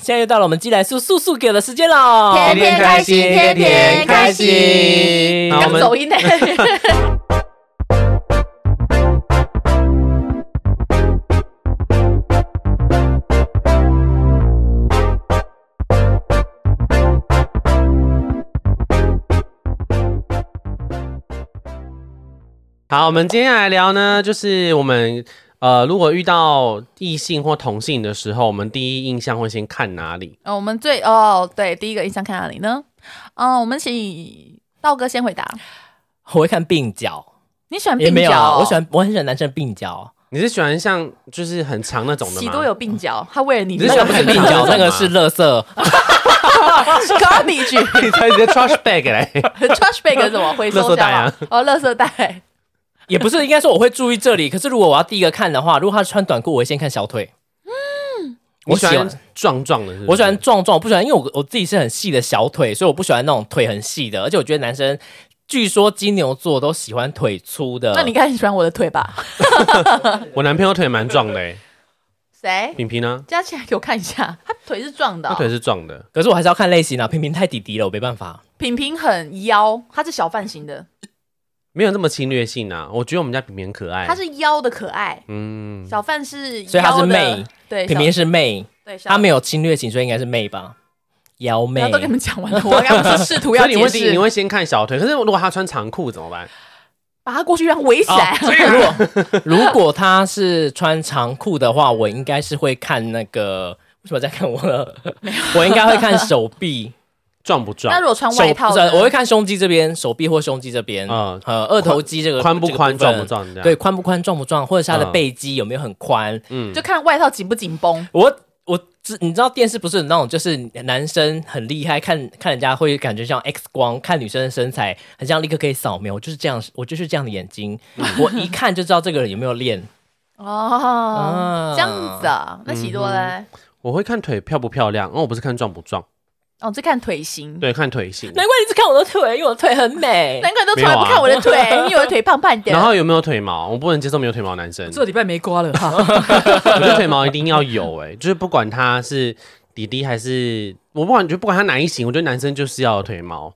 现在又到了我们寄来素素素给我的时间喽。天天开心天天开心好我讲们走音的， 好，我们今天来聊呢，就是我们呃，如果遇到异性或同性的时候，我们第一印象会先看哪里？哦，我们最哦，对，第一个印象看哪里呢？嗯，我们请道哥先回答。我会看鬓角，你喜欢也鬓没有啊，角？我喜欢我很喜欢男生的鬓角，你是喜欢像就是很长那种的喜吗？多有鬓角，他为了你，你是那喜个欢不是鬓角，那个是乐色， garbage 你才你的 trash bag 欸嘞， trash bag 是什么回收垃圾袋箱吗啊？哦，垃圾袋。也不是应该说我会注意这里。可是如果我要第一个看的话，如果他穿短裤，我会先看小腿。你我喜喜欢欢壮壮的是不是我喜欢壮壮，我不喜欢，因为我我自己是很细的小腿，所以我不喜欢那种腿很细的。而且我觉得男生，据说金牛座都喜欢腿粗的。那你应该很喜欢我的腿吧？我男朋友腿蛮壮的欸，谁？平平呢？佳琪来给我看一下，他腿是壮的他哦、腿是壮的，可是我还是要看类型啊，平平太弟弟了，我没办法。平平很腰，他是小范型的，没有那么侵略性啊。我觉得我们家平平很可爱，他是腰的可爱，嗯，小范是腰的，所以他是妹对，平小平是妹，对，小她没有侵略性，所以应该是妹吧？妖妹然后都给你们讲完了，我刚刚是试图 所要以你会解第一释你，会先看小腿，可是如果他穿长裤怎么办？把他过去让围起来，啊如果如果他是穿长裤的话，我应该是会看那个。为什么在看我了？我应该会看手臂，壮不壮那？如果穿啊手外套不呢，是啊我会看胸肌这边，手臂或胸肌这边，嗯呃，二头肌这个宽不宽？这个壮部不分壮？这样对，，宽不宽，壮不壮，或者是他的嗯背肌有没有很宽？嗯就看外套紧不紧绷。我我知你知道电视不是有那种就是男生很厉害，看看人家会感觉像 X 光，看女生的身材很像立刻可以扫描，我就是这样，我就是这样的眼 睛，我一看就知道这个人有没有练。哦嗯啊，嗯这样子啊，那喜多嘞？我会看腿漂不漂亮，然后我不是看壮不壮，哦，就看腿型。对，看腿型。难怪你一直看我的腿，因为我的腿很美。难怪你都从来不看我的腿，啊因为我的腿胖胖的。然后有没有腿毛？我不能接受没有腿毛的男生。礼拜没刮了哈。 我觉得腿毛一定要有、欸，就是不管他是弟弟还是我不管，就不管他哪一型，我觉得男生就是要有腿毛，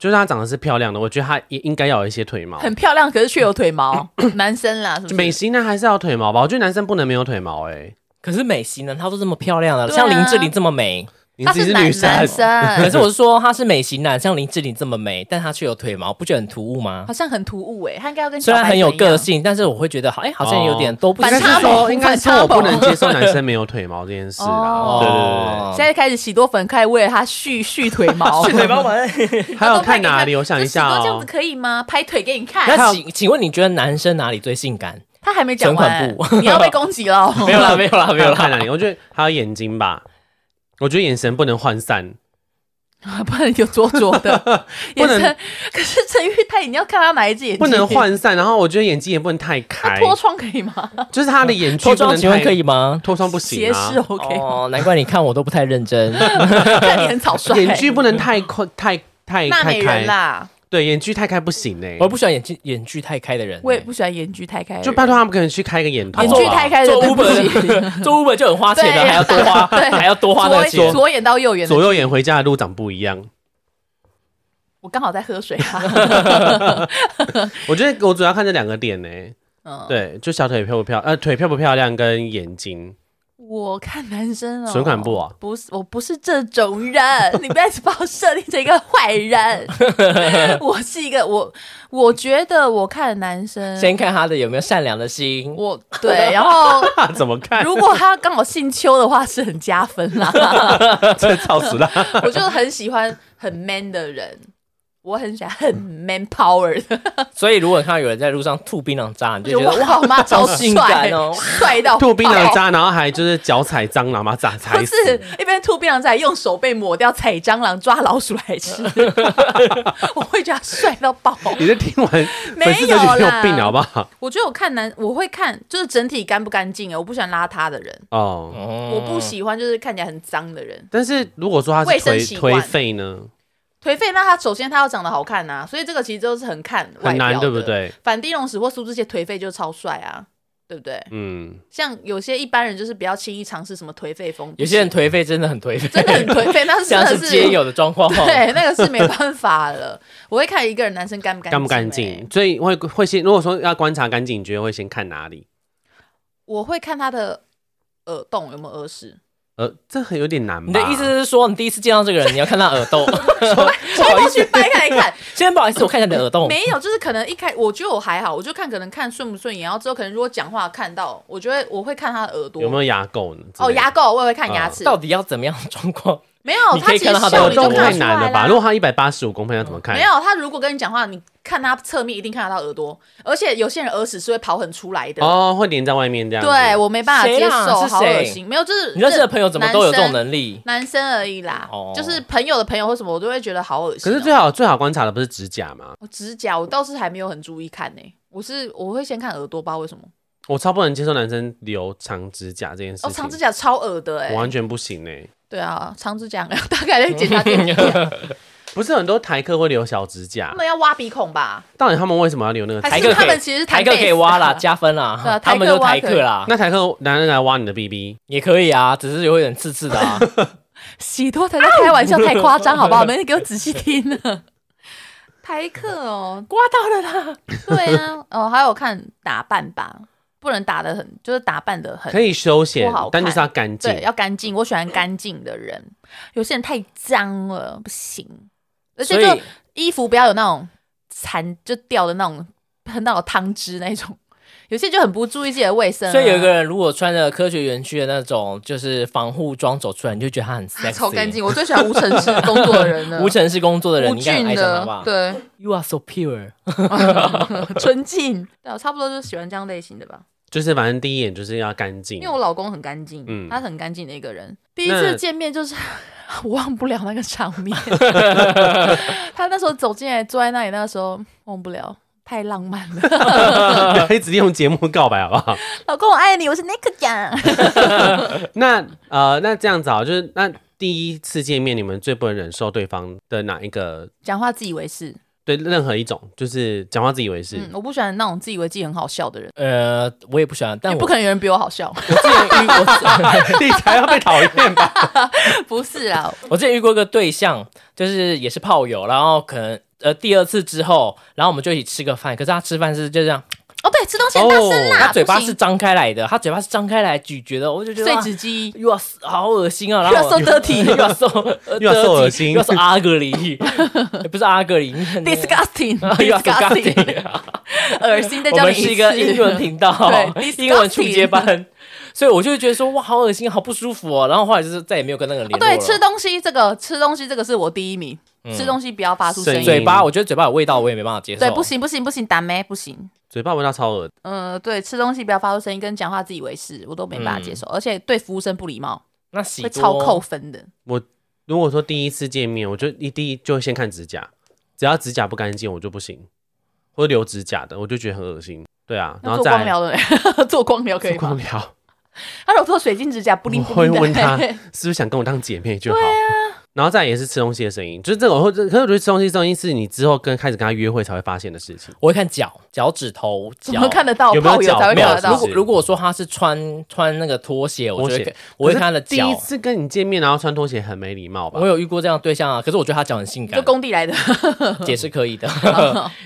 就是他长得是漂亮的，我觉得他也应该要有一些腿毛。很漂亮，可是却有 腿毛，男生啦，是不是？美型呢还是要有腿毛吧？我觉得男生不能没有腿毛、欸，可是美型呢，她都这么漂亮了，对啊像林志玲这么美。你他自己男女男可生，是我是说，她是美型男，像林志玲这么美，但她却有腿毛，不觉得很突兀吗好？像很突兀哎，他应该要跟虽然小白很有一样个，性，但是我会觉得，好，哎、好像有点都不反应行该差是萌说，应该是说我不能接受男生没有腿毛这件事啦。对对对哦现在开始喜多粉开始为了他续续腿 毛，去腿帮忙。对，还有看哪里？我想一下喜多这样哦子，可以吗？拍腿给你看，那请请问你觉得男生哪里最性感？他还没讲完存款，簿你要被攻击了。哦 没有啦，没有啦，没还有有看啦。哪里？我觉得还有眼睛吧，我觉得眼神不能涣散。啊不然有灼灼 的眼不能神。 可是陈玉泰，你要看他哪一只眼睛？不能涣散，然后我觉得眼睛也不能太他开，脱窗可以吗？就是他的眼距脱不妆能请问太可以吗？脱窗不行斜啊视，OK，吗哦，难怪你看我都不太认真。看你很草率。眼距不能太宽太太那太美人开，啦，对，眼距太开不行呢、我不喜欢眼距眼距太开的人、我也不喜欢眼距太开的人，就拜托他们可能去开个眼头，眼距太开的做对不 Uber 起。做 Uber 就很花钱了，对还要多花，还要多花那个左钱。左眼到右眼的左右眼回家的路长不一样。我刚好在喝水啊。 我觉得我主要看这两个点呢、嗯，对，就小腿漂不漂呃腿漂不漂亮跟眼睛， 我看男生哦，存款簿啊不是，我不是这种人， 你不要一直把我设定成一个坏 人。我是一个我，我觉得我看男生，先看他的有没有善良的心。我对，然后哈怎么 看？如果他刚好姓邱的话，是很加分啦。 这超死了，我就很喜欢很 man 的人，我很喜欢很 man power 的，所以如果看到有人在路上吐槟榔渣，你就就觉哇，得哇，我妈超好性感帅哦帅到吐槟榔爆。渣，然后还就是脚踩蟑螂嘛，咋踩不死？是一边吐槟榔在用手被抹掉，踩蟑螂抓老鼠来吃， 我会觉得他帅到爆。 你是听完 没有啦粉丝都觉得你有病好不好？我觉得我看男，我会看就是整体干不干净啊，我不喜欢邋遢的人，哦，我我不喜欢就是看起来很脏的人。但是如果说他卫是生颓习惯颓废呢，颓废，那他首先他要长得好看啊呐、所以这个其实都是很看外很表难，的对不？对？反地龙史或苏志燮颓废就超帅啊，对不对？嗯，像有些一般人就是不要轻易尝试什么颓废风，有些人颓废真的很颓废，真的很颓废，那是真 像的是是皆有的状况。 对，那个是没办法了。我会看一个人男生干不干净干不干欸净？所以会会先，如果说要观察干净，你觉得会先看哪里？我会看他的耳洞有没有耳 屎，呃，这很有点难吧。你的意思是说，你第一次见到这个人，你要看他耳 洞？不好意过思，去掰开来看，先不好意思，我看一下你的耳洞。没有，就是可能一开，我觉得我还好，我就看可能看顺不顺眼，然后之后可能如果讲话看到，我觉得我会看他的耳朵有没有牙垢呢？哦牙垢，我也会看牙嗯啊齿，到底要怎么样的状况？没有，你可以其实看到他的笑耳你洞就这我看太得出难来了吧？啦如果他一百八十五公分，要怎么哎看？没有，他如果跟你讲话，你看他侧面一定看得到耳朵，而且有些人耳屎是会跑很出来的。哦，会粘在外面这样子。对我没哦办法谁接啦受，是好恶谁心。没有，就是你认识的朋友怎么都有这男种生能力？男生而已啦，哦就是朋友的朋友或什么，我都会觉得好恶心、可哦。是最好最好观察的不是指甲吗？我指甲，我倒是还没有很注意看呢、我是我哦会先看耳朵，不知道为什么。我超不能接受男生留长指甲这件事情。哦，长指甲超恶的哎、我完全不行哎、对啊，长指甲 大概在检 查电影，不是很多台客会留小指甲他，们要挖鼻孔吧？到底他们为什么要留那个指甲？还台是客他可们以，其实是弹啊台客可以 bass 挖的啦，加分 对啊啦，台他客们就挖台可客以啦，啊那台客男人来挖你的 BB，也可以啊，只是有点刺刺的 啊。喜多才在开玩笑，太夸张好不好？没人给我仔细听 呢。台客哦，刮到了啦。对啊，哦，还有看打扮吧，不能打的很，就是打扮的很可以休嗯闲不好看，但就是要干净对，。要干净。我喜欢干净的人，有些人太脏了，不行。而且所以就衣服不要有那种残就掉的那种喷到有汤汁那种，有些就很不注意自己的卫生啊、所以有一个人如果穿着科学园区的那种就是防护装走出来，你就觉得他很 sexy， 超干。净，我最喜欢无尘室工作的人 了，无尘室工作的人，嗯无你应该很菌爱上他的吧，对， ？You are so pure。 纯净，对啊，差不多就是喜欢这样类型的吧。就是反正第一眼就是要干净因为。我老公很干净，嗯他很干净的一个人。第一次见面就是 我忘不了那个场 面，他那时候走进来坐在那里，那时候忘不了。太浪漫了， 不要一直用节目告白好不好？ 老公我爱你，我是 Nick 酱。 那呃，那这样子啊，就是那第一次见面，你们最不能忍受对方的哪一个？讲话自以为是，对，任何一种，就是讲话自以为是。嗯，我不喜欢那种自以为自己很好笑的人，呃，我也不喜欢，但也我不可能有人比我 好笑，我之前遇我 你才要被讨厌吧？ 不是啦， 我之前遇过一个对象，就是也是炮友，然后可能呃第二次之后，然后我们就一起吃个饭，可是他吃饭是就这样，哦对，吃东西很大声啦，他嘴巴不行是张开来的，他嘴巴是张开来咀嚼的，我就觉得碎哇纸机， You are so- 好恶心啊！然 You 后 are so dirty. You are so You are so 恶心 You are so ugly，也不 是 ugly，你很 You are so disgusting，disgusting， disgusting 恶心再我教你们一次。是一个英文频道 对，英文初阶 disgusting 班，所以我就会觉得说哇，好恶心，好不舒服哦。然后后来就是再也没有跟那个人哦，联络了。对，吃东西这个，吃东西这个是我第一名。吃东西不要发出声嗯声音，音嘴巴，我觉得嘴巴有味道，我也没办法接受。对，不。行不行不行，打咩不行。嘴巴闻到超恶，呃，对，吃东西不要发出声音，跟讲话自以为是，我都没办法接受，嗯而且对服务生不礼貌，那喜会多超扣分的。如果说第一次见面，我就一第一就会先看指甲，只要指甲不干净，我就不行，或者留指甲的，我就觉得很恶心。对啊，那然后做再光来疗的 人，做光疗可以做光吗？疗，他如果做水晶指甲，不灵我不会灵的。啊问 他是不是想跟我当姐妹就好。然后再来也是吃东西的声音，就是这种，或者可是我觉得吃东西声音是你之后跟开始跟他约会才会发现的事情。我会看脚，脚趾头，怎脚么看得到？有没有炮友脚才会没没有看有得，如到是不果是如果说他是穿穿那个拖鞋，我就拖会鞋我会看他的可是第一脚。次跟你见面，然后穿拖鞋很没礼貌吧我？有遇过这样的对象啊，可是我觉得他脚很性感就，工地来的。也是可以 的。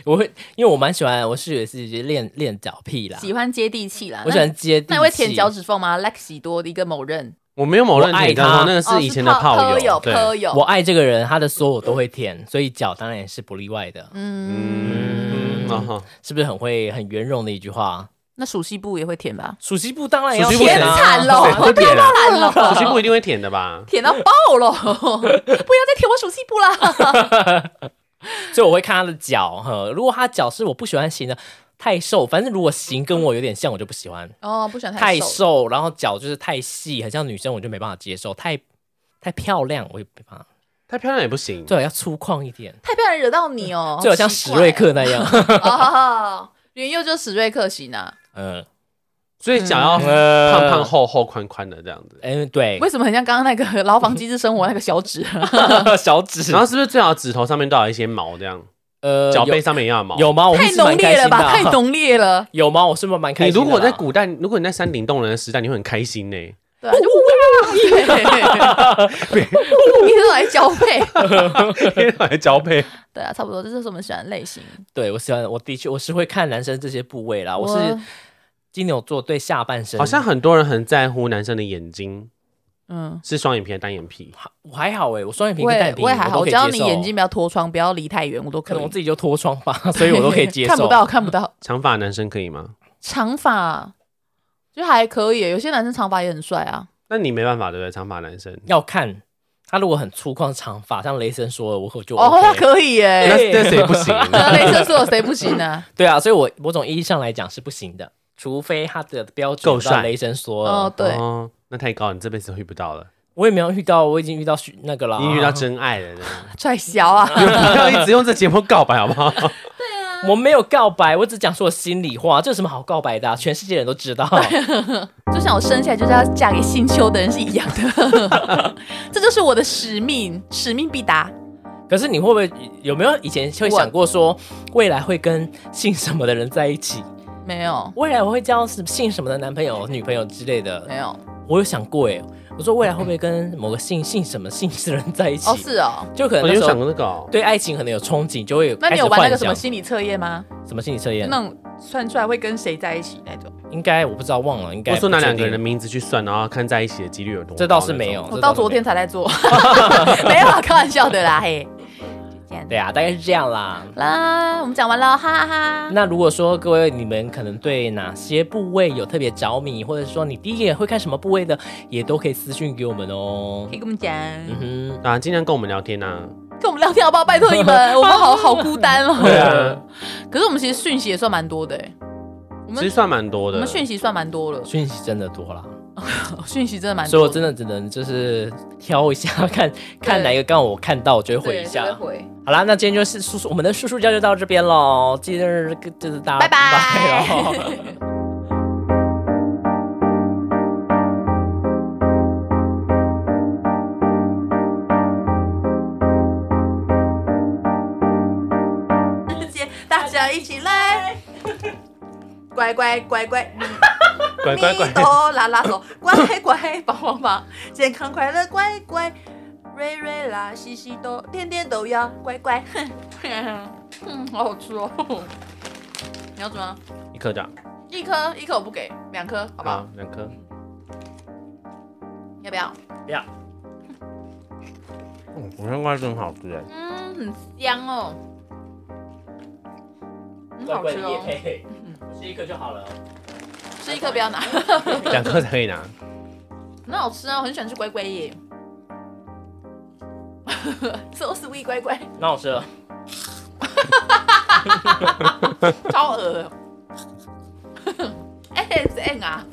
我会，因为我蛮喜欢，我是也是练练脚癖啦，喜欢接地气啦。我喜欢接地气。那那会舔脚趾缝吗？Lexi 多的一个某人，我没有某认我爱你，他然后那个哦是以前的炮炮友，对，炮友我。爱这个人，他的所有都会舔，所以脚当然也是不例外的。嗯，然后是不是很会很圆融的一句话？那属西部也会舔吧？暑期部当然要暑期部舔啊舔惨了谁会舔啊？烂了，手机不一定会舔的吧？舔到爆了，不要再舔我属西部啦！所以我会看他的脚呵。如果他脚是我不喜欢型的，太瘦，反正如果型跟我有点像，我就不喜欢。哦，不喜欢太瘦。瘦，然后脚就是太细，很像女生，我就没办法接受。太太漂亮，我也没办法。太漂亮也不行。最好要粗犷一点，太漂亮惹到你哦，最好像史瑞克那 样。哦，原佑就是史瑞克型啊。嗯，所以想要呃胖胖厚厚宽宽的这样子。嗯，对，为什么很像刚刚那个牢房机制生活那个小指？呃小指然后是不是最好指头上面都有一些毛这样？呃，脚有背上面也要有毛。有吗？我太是浓蛮开烈了心的吧？啊太浓烈了，有吗？我是不是蛮开你心的啦？如果在古代，如果你在山顶洞人的时代，你会很开心呢、 对啊，就哇，一直来交配，因为来交配，对啊，差不多，这就是我们喜欢的类型。对我喜欢，我的确我是会看男生这些部位啦。我我是金牛座，对下半身好像很多人很在乎男生的眼睛嗯，是双眼皮还是单眼皮。我还好哎、我双眼皮我跟单也眼皮我也还好，都可以只要接你受眼睛不要脱窗，不要离太远，我都可可能我以。自己就脱窗吧，所以我都可以接受。 看不到，看不到。长发男生可以吗？长发就还可以，有些男生长发也很帅啊。那你没办法对不对？长发男生，要看他如果很粗犷长发，像雷森说的，我可就 OK、哦，他 可以哎那 耶。那谁不行？那雷射说有谁不行呢？对啊，所以我某种意义上来讲是不行的，除非他的标准够有到帅雷神说了，哦， 对，哦，那太高了，你这辈子会遇不到了。我也没有遇到，我已经遇到许那个了，啊你遇到真爱了呢，踹小啊。不要一直用这节目告白好不好？我没有告白，我只讲说我心里话，这有什么好告白的啊、全世界人都 知道。就像我生下来就是要嫁给姓邱的人是一样 的，这就是我的使命，使命必达。可是你会不会有没有以前会想过说，未来会跟姓什么的人在一起？没有，未来我会交什姓什么的男朋友、女朋友之类的？没有，我有想过哎、我说未来会不会跟某个姓姓什么姓氏的人在一起？哦，是哦。就可能我 那有时想候过那个哦，对爱情可能有憧憬，就会有那开你始有玩那幻个什想么心理测验吗？什么心理测验？那种算出来会跟谁在一起那种？应该我不知道，忘了，应该我说拿不确两个人的定名字去算，然后看在一起的几率有多高那这种。倒是没有我这到倒是昨没有天才在做， 没有啊，开玩笑的啦，嘿。就这样对啊，大概是这样啦。啦，我们讲完了，哈哈哈。那如果说各位你们可能对哪些部位有特别着迷，或者说你第一眼会看什么部位的，也都可以私讯给我们哦可。以跟我们讲，嗯啊，尽量跟我们聊天啊。跟我们聊天好不好？拜托 你们，我们好好孤单哦。对啊，可是我们其实讯息也算蛮多的欸，我其实们算蛮多我的们。讯息算蛮多了哼，，讯息真的多啦，讯息真的蛮所以多我的。真的只能就是挑一下，看看哪一个刚好我看到，我就会回一下。好啦，那今天就是叔叔我们的叔叔教就到这边喽，今日就是大家拜拜喽。 世界，大家一起来， 乖乖乖乖，咪乖乖乖 咪，哆啦啦手，乖乖帮帮忙，健康快乐乖乖，瑞瑞啦西西哆，天天都要乖乖，哼， 嗯，好好吃哦。 你要怎么样？一颗这样，一颗一颗我不给，两颗好不好？好，两颗。要不要？不要，嗯，我香瓜真好吃哎。嗯，很香哦，很好吃哦。配，吃一颗就好了。吃一颗不要拿，两颗才可以拿。很好吃啊，我很喜欢吃乖乖耶。so sweet 乖乖，那我吃哦 了，超恶的。S N 啊！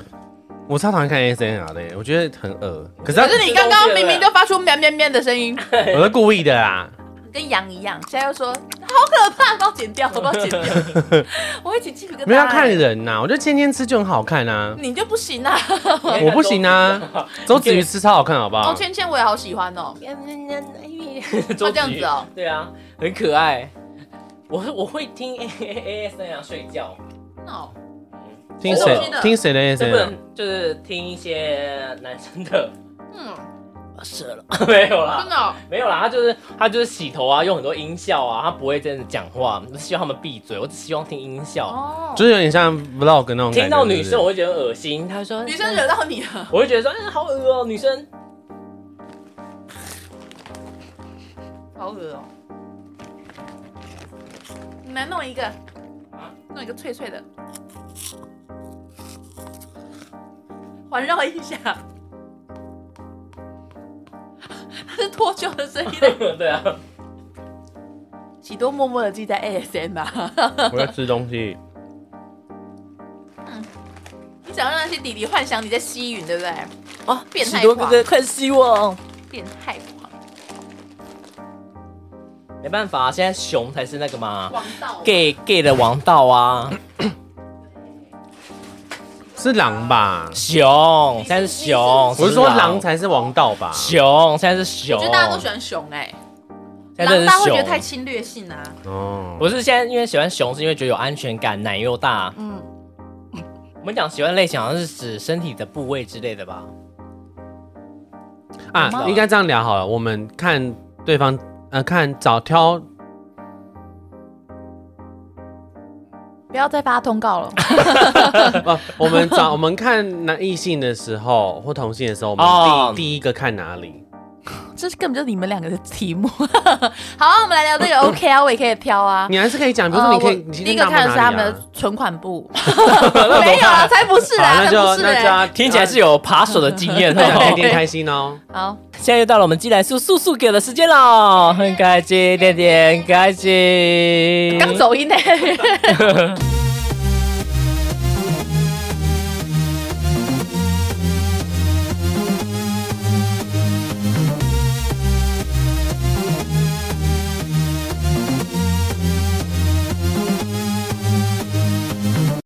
我超讨厌看 ASMR 的耶，我觉得很恶。可是可他是你刚刚明明就发出喵喵喵的声音，我是故意的啦。跟羊一样，现在又说好可怕，帮我剪 掉，我帮我剪掉，我会起鸡皮疙瘩。没有要看，人呐、我觉得天天吃就很好看 啊。你就不行啊！我 不行 啊，周子瑜吃超好看，好不哦，好？芊芊我也好喜欢哦，周哦这样子哦子瑜对啊，很可爱。我会我会听 A A S N 啊睡觉，哦，听我谁忘记了听谁的这 ASMR？不能就是听一些男生的， 嗯，射了 没有啦真，的哦，没有啦，他就是他就是洗头啊，用很多音效啊，他不会真的讲话，希望他们闭嘴，我只希望听音啊效。哦就是有点像 vlog 那种感觉。听到女是生不我是会觉得很恶心，他说女生惹，到你了，我会觉得说嗯好恶哦、女生 好恶哦、你来弄一个，弄一个脆脆的，环绕一下。 它是脱臼的声音。 对啊，喜多默默的记在 ASMR。我在吃东西， 你想让那些弟弟幻想你在吸吮，对不对？哦，变态化多哥哥快吸我！变态狂没办法、现在熊才是那个嘛狂道。 gay gay 的王道啊，是啊狼吧？熊现在是熊，我我是说狼才是王道吧？熊，现在是熊，我觉得大家都喜欢熊哎、现在真狼的大是会觉得熊。太侵略性啊。哦，我是现在因为喜欢熊，是因为觉得有安全感，奶又大。嗯，我们讲喜欢类型，好像是指身体的部位之类的吧？有吗啊，应该这样聊好了。我们看对方，呃，看找挑不要再发通告了。不，啊我们找我们看男异性的时候或同性的时候，我们第、哦第一个看哪里？这是根本就是你们两个的题目。 好啊，我们来聊这 个 OK 啊，我也可以飘啊。你还是可以讲，比如呃说你可我以，你第一个看的是他们的的，存款 部，没有啊，才不是好，啦，那才不就是那就嘞。啊要听起来是有扒手的经 验大家一哦。定开心哦。好，现在又到了我们寄来素素素给的时间嗯了，很开心，点点开心。刚走音呢。